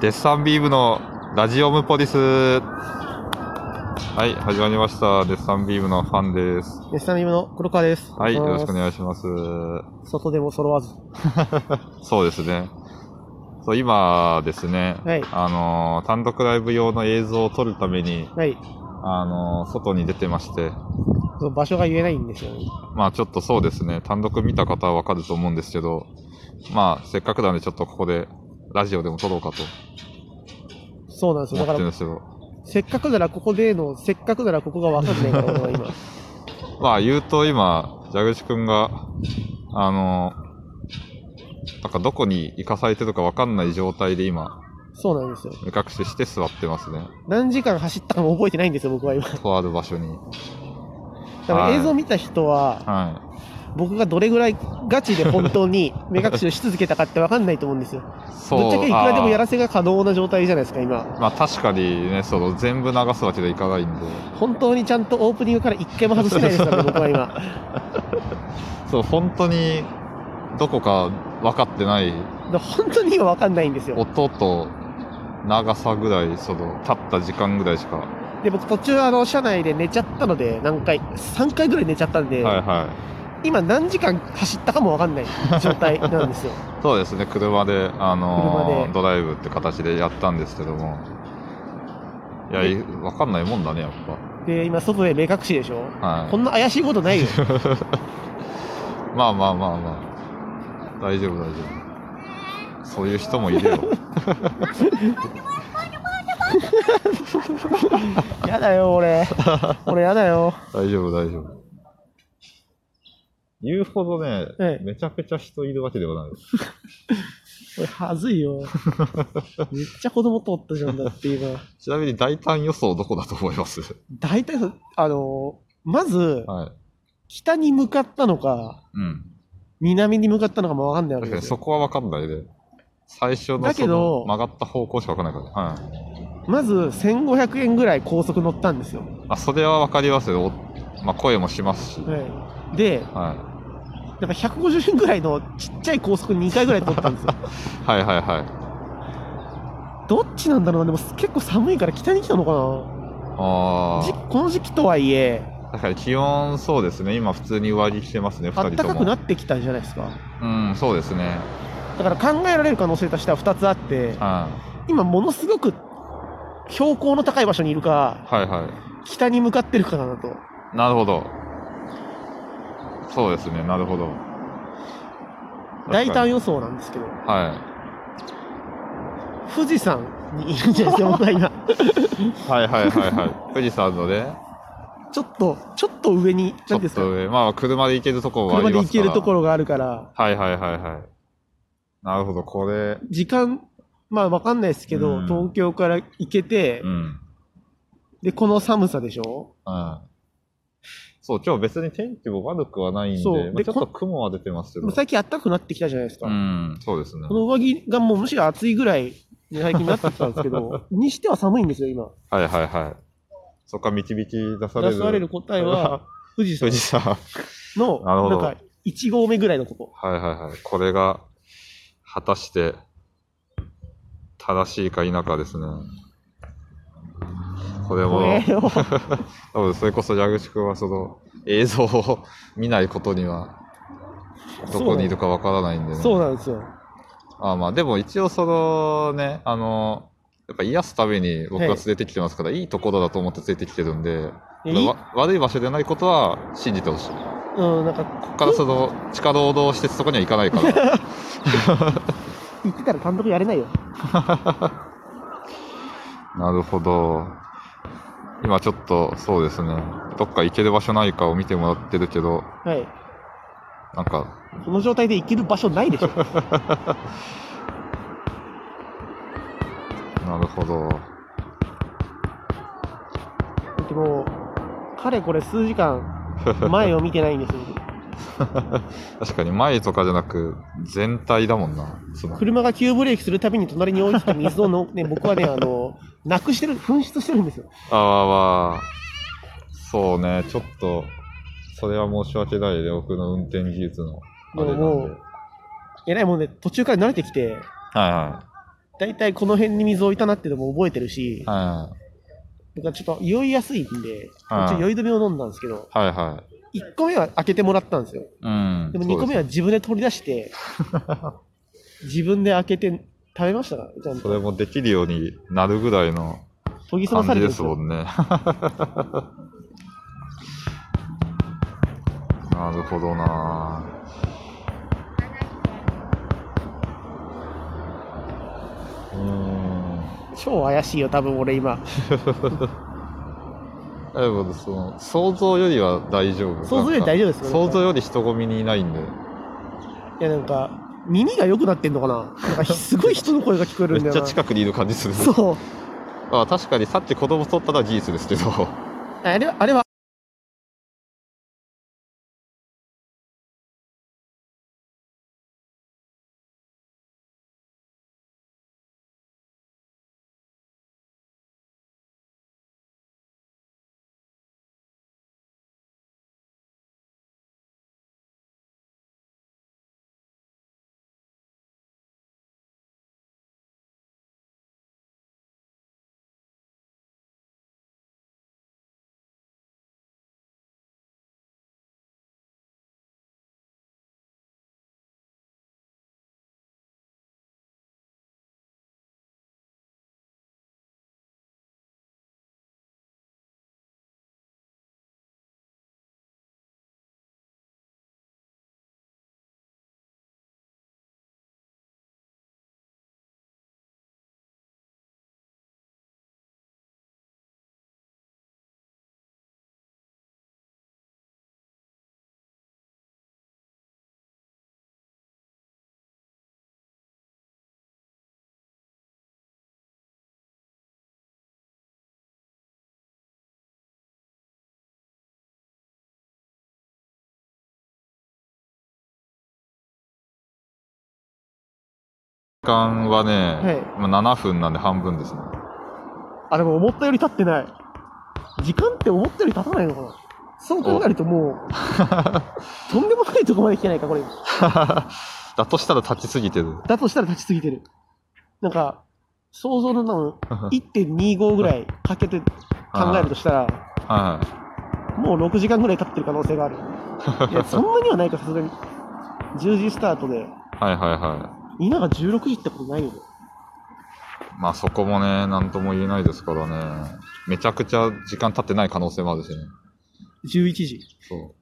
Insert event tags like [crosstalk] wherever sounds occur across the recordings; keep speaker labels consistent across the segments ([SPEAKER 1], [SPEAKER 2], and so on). [SPEAKER 1] デッサンビームのラジオムポリス。はい、始まりました。デッサンビームのファンです。
[SPEAKER 2] デスタミムの黒川です。
[SPEAKER 1] はい、よろしくお
[SPEAKER 2] いし
[SPEAKER 1] 願いします。
[SPEAKER 2] ます。外でも揃わず。
[SPEAKER 1] そうですね。そう、今ですね、
[SPEAKER 2] はい
[SPEAKER 1] あのー、単独ライブ用の映像を撮るために、
[SPEAKER 2] はい。
[SPEAKER 1] あのー、外に出てまして、
[SPEAKER 2] その場所が言えないんですよね。
[SPEAKER 1] まあちょっとそうですね、単独見た方はわかると思うんですけど、まあせっかくなんでちょっとここで、ラジオでも撮ろうかと
[SPEAKER 2] そうなんです
[SPEAKER 1] 思って
[SPEAKER 2] よ。だか
[SPEAKER 1] るん
[SPEAKER 2] ら、
[SPEAKER 1] ですけど、
[SPEAKER 2] せっかくならここでの、せっかくならここがわかんないから、俺は
[SPEAKER 1] [laughs]
[SPEAKER 2] 今。
[SPEAKER 1] まあ言うと今、蛇口くんが、あの、なんかどこに行かされてるかわかんない状態で今、
[SPEAKER 2] そうなんですよ。
[SPEAKER 1] 目隠しして座ってますね。
[SPEAKER 2] 何時間走ったかも覚えてないんですよ、僕は今。だ
[SPEAKER 1] とある場所に。
[SPEAKER 2] から
[SPEAKER 1] はい
[SPEAKER 2] 映像見た人は、
[SPEAKER 1] は
[SPEAKER 2] 僕がどれぐらいガチで本
[SPEAKER 1] [laughs]
[SPEAKER 2] 当に目隠しをし続けたかってわかんないと思うんですよ。
[SPEAKER 1] い。 [laughs] そう。
[SPEAKER 2] ぶっちゃけいくらでもやら
[SPEAKER 1] せ
[SPEAKER 2] せが可能な状態じゃないですか、今。
[SPEAKER 1] まあ確かにね、その全部流すわけでいかないんで。
[SPEAKER 2] 本当にちゃんとオープニングから一回も外してないですからね、僕は
[SPEAKER 1] [laughs]
[SPEAKER 2] 今。
[SPEAKER 1] そう、本当にどこか分かってない
[SPEAKER 2] で本当に今わかんないんですよ。
[SPEAKER 1] 音と長さぐらい、その立った時間ぐらいしか。は
[SPEAKER 2] で、僕途中あの、車内で寝ちゃったので、何回、3回ぐらい寝ちゃったんで、
[SPEAKER 1] いはい。
[SPEAKER 2] 今何時間走ったかもわかんない状態な
[SPEAKER 1] [laughs]
[SPEAKER 2] んですよ。
[SPEAKER 1] そうですね、車で、あのー
[SPEAKER 2] 車で
[SPEAKER 1] ドライブって形でやったんですけども。いや、
[SPEAKER 2] で
[SPEAKER 1] いわかんないもんだね、やっ
[SPEAKER 2] で、今外で目隠しでしょ
[SPEAKER 1] ぱ。はい。
[SPEAKER 2] こんな怪しいことな
[SPEAKER 1] [laughs]
[SPEAKER 2] いよ。
[SPEAKER 1] まあまあまあまあ。大丈夫、大丈夫。そういう人もいる
[SPEAKER 2] [laughs]
[SPEAKER 1] よ。
[SPEAKER 2] やだ
[SPEAKER 1] [laughs]
[SPEAKER 2] よ、俺。俺やだよ。
[SPEAKER 1] 大丈夫、大丈夫。言うほどね、
[SPEAKER 2] ええ
[SPEAKER 1] めちゃくちゃ人いるわけではない。
[SPEAKER 2] 俺、はずいよ。めっちゃ子供通ったじゃんだって今。
[SPEAKER 1] ちなみに大胆予想どこだと思います
[SPEAKER 2] [laughs] 大体そ、あのまず、
[SPEAKER 1] はい。
[SPEAKER 2] 北に向かったのか、
[SPEAKER 1] うん。
[SPEAKER 2] 南に向かったのかもわかんないわけ
[SPEAKER 1] 確か
[SPEAKER 2] で
[SPEAKER 1] に
[SPEAKER 2] す
[SPEAKER 1] そ
[SPEAKER 2] よ。
[SPEAKER 1] こは分かんないで、最初の
[SPEAKER 2] だ
[SPEAKER 1] そ
[SPEAKER 2] け
[SPEAKER 1] の
[SPEAKER 2] ど
[SPEAKER 1] 曲がった方向しか分かんないから、ね
[SPEAKER 2] まず、1500円ぐらい高速乗ったんですよ。
[SPEAKER 1] はい、あそれは分かりますよ、おまあ、声もしますし、
[SPEAKER 2] はい。で、
[SPEAKER 1] は
[SPEAKER 2] なんか150円ぐらいのちっちゃい高速2回ぐらい取った
[SPEAKER 1] [laughs]
[SPEAKER 2] んですよ。
[SPEAKER 1] い、はいはいはい
[SPEAKER 2] どっちなんだろうな、でも結構寒いから北に来たのか
[SPEAKER 1] あ
[SPEAKER 2] な。じ
[SPEAKER 1] ー
[SPEAKER 2] この時期とはいえ、
[SPEAKER 1] 確かに気温そうですね今普通に上着してますね
[SPEAKER 2] 暖
[SPEAKER 1] 2人と
[SPEAKER 2] かくな
[SPEAKER 1] も
[SPEAKER 2] ってきたじゃないですか。
[SPEAKER 1] うんそうですね、
[SPEAKER 2] だから考えられる可能性としては2つあって、
[SPEAKER 1] は
[SPEAKER 2] 今ものすごく標高の高い場所にいるか、
[SPEAKER 1] い、はいはい
[SPEAKER 2] 北に向かってるかだなと。
[SPEAKER 1] なるほどそうですねなるほど
[SPEAKER 2] 大胆
[SPEAKER 1] 予
[SPEAKER 2] 予想なんですけど、
[SPEAKER 1] は
[SPEAKER 2] 富士山にいるんじゃないですか、僕
[SPEAKER 1] [laughs]
[SPEAKER 2] は今。
[SPEAKER 1] い、はいはいはい
[SPEAKER 2] [laughs]
[SPEAKER 1] はい富士山のね
[SPEAKER 2] ちょっと、ちょっと上に、
[SPEAKER 1] ちょ
[SPEAKER 2] 何
[SPEAKER 1] っ
[SPEAKER 2] ですか
[SPEAKER 1] と、上まあ車で行けるとこはあり
[SPEAKER 2] 車で
[SPEAKER 1] ま
[SPEAKER 2] 行
[SPEAKER 1] すか
[SPEAKER 2] け
[SPEAKER 1] ら
[SPEAKER 2] るところがあるから、
[SPEAKER 1] はいはいはいはい。なるほど、これ。
[SPEAKER 2] 時間、まあわかんないですけ
[SPEAKER 1] う
[SPEAKER 2] ど、
[SPEAKER 1] ん
[SPEAKER 2] 東京から行けて
[SPEAKER 1] う、ん。
[SPEAKER 2] で、この寒さでしょ
[SPEAKER 1] うん。そう、今日別に天気も悪くはないんで、
[SPEAKER 2] そう
[SPEAKER 1] まあ、
[SPEAKER 2] で
[SPEAKER 1] ちょっと雲は出てますけ
[SPEAKER 2] で
[SPEAKER 1] ど
[SPEAKER 2] も。最近暖かくなってきたじゃないですか。
[SPEAKER 1] うん、そうですね
[SPEAKER 2] こ。の上着がもうむしろ暑いぐらいに最近なってきたんです
[SPEAKER 1] [laughs]
[SPEAKER 2] けど、にしては寒いんですよ、今。
[SPEAKER 1] はいはいはい。そっか、導き出される。
[SPEAKER 2] 出される答えは、富士
[SPEAKER 1] 富
[SPEAKER 2] 山
[SPEAKER 1] 士山。 [laughs] は
[SPEAKER 2] の、
[SPEAKER 1] なるほど
[SPEAKER 2] なんか、1合目ぐらいのとこ。
[SPEAKER 1] いはいはい。これが、果たして、正しいか否かですね。これ
[SPEAKER 2] こ
[SPEAKER 1] も、
[SPEAKER 2] れを、
[SPEAKER 1] 多分それこそ矢口くんはその映像を見ないことにはどこにいるかわからないんでね。
[SPEAKER 2] そうなんですよ。
[SPEAKER 1] ああまあでも一応そのね、あの、やっぱ癒すために僕は連れてきてますから、い、いところだと思って連れてきてるんで、
[SPEAKER 2] いやいい
[SPEAKER 1] わ悪い場所じゃないことは信じてほしい。こ
[SPEAKER 2] うん、なんか、
[SPEAKER 1] こからその地下労働施設とかには行かない [laughs] から。
[SPEAKER 2] 行ってたら単独やれないよ。
[SPEAKER 1] なるほど。今ちょっとそうですね、どっか行ける場所ないかを見てもらってるけど、
[SPEAKER 2] はい。
[SPEAKER 1] なんか、
[SPEAKER 2] この状態で行ける場所ないでしょ。
[SPEAKER 1] なるほど。
[SPEAKER 2] でも、彼これ数
[SPEAKER 1] [laughs]
[SPEAKER 2] 時間、前を見てないんですよ。
[SPEAKER 1] 確かに前とかじゃなく全体だもんなその
[SPEAKER 2] 車が急ブレーキするたびに隣に置いてた水をの、ね、僕はね、あの、なくしてる、紛失してるんですよ。
[SPEAKER 1] あわわそうねちょっとそれは申し訳ないで僕の運転技術のあれなんで
[SPEAKER 2] もうもうえらいもんで、途中から慣れてきて、
[SPEAKER 1] はいは
[SPEAKER 2] 大体この辺に水置いたなっていうのも覚えてるし、
[SPEAKER 1] は
[SPEAKER 2] だからちょっと酔いやすいんで、
[SPEAKER 1] はい
[SPEAKER 2] 一応酔い止めを飲んだんですけど、
[SPEAKER 1] いは
[SPEAKER 2] 1個目は開けてもらったんですよ。
[SPEAKER 1] い。うん。
[SPEAKER 2] でも2個目
[SPEAKER 1] は
[SPEAKER 2] は自分で取り
[SPEAKER 1] [laughs]
[SPEAKER 2] 出して、自分で開けて食べましたから、ちゃん
[SPEAKER 1] それ
[SPEAKER 2] と。
[SPEAKER 1] もできるようになるぐらいの
[SPEAKER 2] 研ぎ澄まさ
[SPEAKER 1] 感
[SPEAKER 2] れ
[SPEAKER 1] じ
[SPEAKER 2] てるん
[SPEAKER 1] で
[SPEAKER 2] ですす
[SPEAKER 1] も
[SPEAKER 2] よ。 [laughs]
[SPEAKER 1] んね。なるほどなぁ。うーん。
[SPEAKER 2] 超怪しいよ、多分俺今。
[SPEAKER 1] なるほど、その、想像よりは大丈夫。
[SPEAKER 2] 想像より大丈夫です
[SPEAKER 1] なんか
[SPEAKER 2] よね
[SPEAKER 1] 想像より人混みにいないんで。
[SPEAKER 2] いや、なんか、耳が良くなってんのかななんかすごい人の声が聞こえ
[SPEAKER 1] め
[SPEAKER 2] るんだ
[SPEAKER 1] っ
[SPEAKER 2] よ
[SPEAKER 1] ち
[SPEAKER 2] な。
[SPEAKER 1] ゃ近くにいる感じする。
[SPEAKER 2] そう。
[SPEAKER 1] あ確かにさっき子供取ったのは事実ですけど。
[SPEAKER 2] あれは、あれは、
[SPEAKER 1] 時間はね、
[SPEAKER 2] はい
[SPEAKER 1] まあ7分なんで半分ですね。 [laughs]
[SPEAKER 2] あ、でも思ったより経ってない。時間って思ったより経たないのかなそう考えるとも
[SPEAKER 1] [laughs]
[SPEAKER 2] う、とんでもないとこまで来てないか、これ。
[SPEAKER 1] だとしたら立ちすぎてる。
[SPEAKER 2] だとしたら立ちすぎてる。なんか、想像の多分1.25ぐらいかけて考えるとしたら、
[SPEAKER 1] は
[SPEAKER 2] もう6時間ぐらい経ってる可能
[SPEAKER 1] [laughs]
[SPEAKER 2] 性がある。いや、そんなにはないか、さすがに。10時スタート
[SPEAKER 1] い。
[SPEAKER 2] で、
[SPEAKER 1] [laughs] はいはいは
[SPEAKER 2] 今が16時ってことないよね。
[SPEAKER 1] い。まあそこもね、なんとも言えないですからね。めちゃくちゃ時間経ってない可能性もあるしね。
[SPEAKER 2] 11時。 [laughs]
[SPEAKER 1] そう。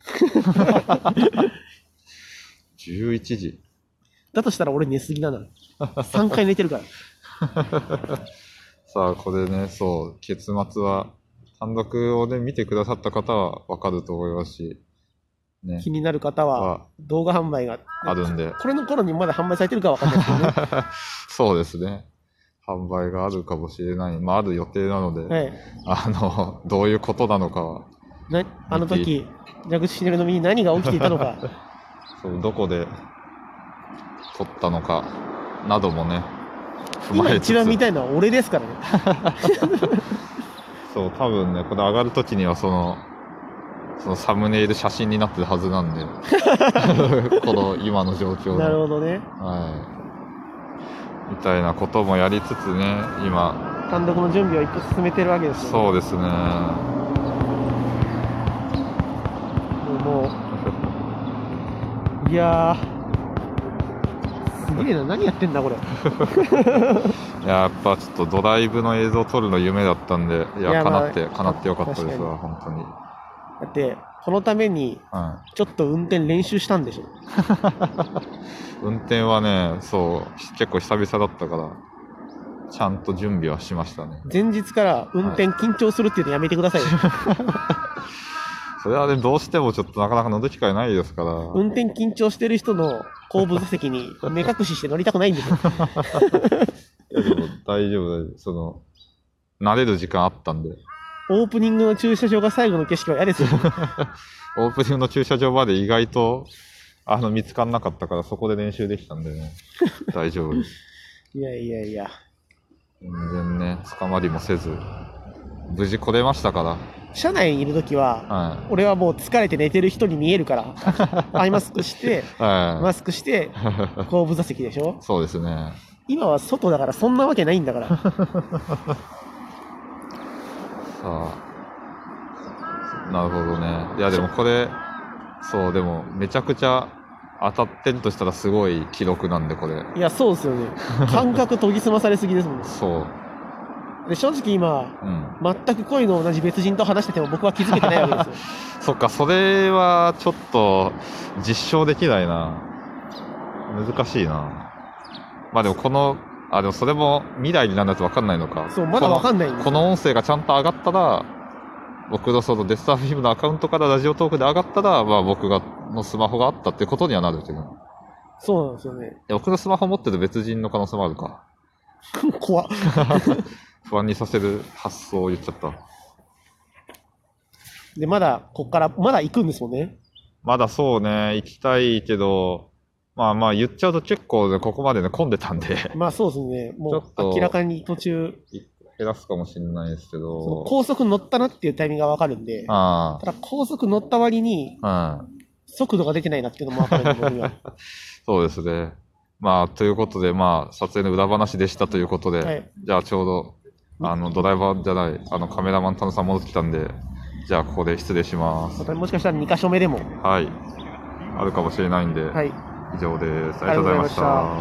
[SPEAKER 1] 11時。
[SPEAKER 2] だとしたら俺寝す
[SPEAKER 1] [laughs]
[SPEAKER 2] ぎだな。3回寝てるから。
[SPEAKER 1] さあ、これね、そう、結末は、単独をね、見てくださった方はわかると思いますし、ね、
[SPEAKER 2] 気になる方は、
[SPEAKER 1] は
[SPEAKER 2] 動画販売が。
[SPEAKER 1] あるんで、
[SPEAKER 2] これの頃にまだ販売されてるかわかんないですけどね。
[SPEAKER 1] そうですね。販売があるかもしれない。まあ、ある予定なので、
[SPEAKER 2] はい。 [laughs]
[SPEAKER 1] あの、どういうことなのかは、
[SPEAKER 2] なあの時、蛇口ひねるの身に何が起きていたの [laughs] か、
[SPEAKER 1] そうどこで撮ったのか、などもね、踏ま
[SPEAKER 2] 今
[SPEAKER 1] えつつ
[SPEAKER 2] 一番見たいのは俺ですからね。
[SPEAKER 1] そう、多分ね、これ上がるときには、その、そのサムネイル写真になってるはずなん
[SPEAKER 2] [laughs]
[SPEAKER 1] で、この今の状況の。
[SPEAKER 2] [laughs] なるほどね。
[SPEAKER 1] はい。みたいなこともやりつつね、今、
[SPEAKER 2] 単独の準備を一個進めてるわけですよ、ね。
[SPEAKER 1] そうですね。
[SPEAKER 2] そう。もう、いやー、すげえな、何やってんだ、これ。
[SPEAKER 1] いややっぱちょっとドライブの映像を撮るの夢だったんで、い
[SPEAKER 2] い
[SPEAKER 1] や、
[SPEAKER 2] やま
[SPEAKER 1] か
[SPEAKER 2] あ
[SPEAKER 1] なって、かなってよかったですわ、本当に。
[SPEAKER 2] だって、このために、
[SPEAKER 1] は
[SPEAKER 2] ちょっと運転練習したんでしょ。
[SPEAKER 1] い。運転はね、そう、結構久々だったから、ちゃんと準備はしましたね。
[SPEAKER 2] 前日から運転緊張するっていうのやめてくださいよ。
[SPEAKER 1] それはね、どうしてもちょっとなかなか乗る機会ないですから、
[SPEAKER 2] 運転緊張してる人の後部座席に目隠しして乗りたくないんですよ。
[SPEAKER 1] いやでも大丈夫、大丈夫。その、慣れる時間あったんで、
[SPEAKER 2] オープニングの駐車場が最後の景色は嫌ですよ。
[SPEAKER 1] オープニングの駐車場まで意外とあの見つからなかったからそこで練習できたんでね大丈夫です
[SPEAKER 2] [laughs] いやいやいや。
[SPEAKER 1] 全然ね捕まりもせず無事来れましたか
[SPEAKER 2] 車内にいるとき
[SPEAKER 1] ら
[SPEAKER 2] は、
[SPEAKER 1] は
[SPEAKER 2] 俺はもう疲れて寝てる人に見える [laughs] から、アイマスクして、
[SPEAKER 1] い、はい
[SPEAKER 2] マスクして、後部座席でしょ
[SPEAKER 1] そうですね
[SPEAKER 2] 今は外だからそんなわけないんだから。
[SPEAKER 1] さあなるほどねいやでもこれそうでもめちゃくちゃ当たってるとしたらすごい記録なんでこれ
[SPEAKER 2] いや、そうですよね。感覚研ぎ澄まされすぎですもんね。
[SPEAKER 1] そう
[SPEAKER 2] で、正直今、
[SPEAKER 1] うん
[SPEAKER 2] 全く恋の同じ別人と話してても僕は気づけてないわけですよ。
[SPEAKER 1] そっかそれはちょっと実証できないな難しいなまあでもこのあでもそれも未来になるやつ分かんないのか
[SPEAKER 2] [laughs] そう、まだわ
[SPEAKER 1] こ
[SPEAKER 2] かんないん
[SPEAKER 1] の
[SPEAKER 2] で
[SPEAKER 1] こ
[SPEAKER 2] す。
[SPEAKER 1] の音声がちゃんと上がったら僕のそのデスターフィームのアカウントからラジオトークで上がったら、まあ、僕がのスマホがあったってことにはなるけど
[SPEAKER 2] そうなんですよね。
[SPEAKER 1] い
[SPEAKER 2] [laughs]
[SPEAKER 1] や僕のスマホ持ってる別人の可能性もあるか。
[SPEAKER 2] 怖っ
[SPEAKER 1] 不安にさせる発想を言っちゃった。
[SPEAKER 2] で、まだ、こっから、まだ行くんですもんね。
[SPEAKER 1] まだそうね、行きたいけど、まあまあ言っちゃうと結構ね、ここまでね、混んでたんで、
[SPEAKER 2] まあそうですね。も
[SPEAKER 1] ちょっ
[SPEAKER 2] う
[SPEAKER 1] と
[SPEAKER 2] 明らかに途中、
[SPEAKER 1] 減らすかもしれないですけ
[SPEAKER 2] その
[SPEAKER 1] ど。
[SPEAKER 2] 高速乗ったなっていうタイミングがわかるんで、
[SPEAKER 1] あ
[SPEAKER 2] ただ高速乗った割に
[SPEAKER 1] あ、うん。
[SPEAKER 2] 速度が出てないなっていうのもわかるんで、僕には。
[SPEAKER 1] そうですね。まあ、ということで、まあ、撮影の裏話でしたということで、
[SPEAKER 2] はい
[SPEAKER 1] じゃあちょうど、あの、ドライバーじゃない、あの、カメラマン、田野さん戻ってきたんで、じゃあここで失礼します。
[SPEAKER 2] またもしかしたら2箇所目でも。
[SPEAKER 1] はい。あるかもしれないんで、
[SPEAKER 2] はい。
[SPEAKER 1] 以上です。あ
[SPEAKER 2] あ
[SPEAKER 1] りがとうご
[SPEAKER 2] りがとうご
[SPEAKER 1] ざ
[SPEAKER 2] ざ
[SPEAKER 1] い
[SPEAKER 2] い
[SPEAKER 1] ま
[SPEAKER 2] ま
[SPEAKER 1] し
[SPEAKER 2] した
[SPEAKER 1] た。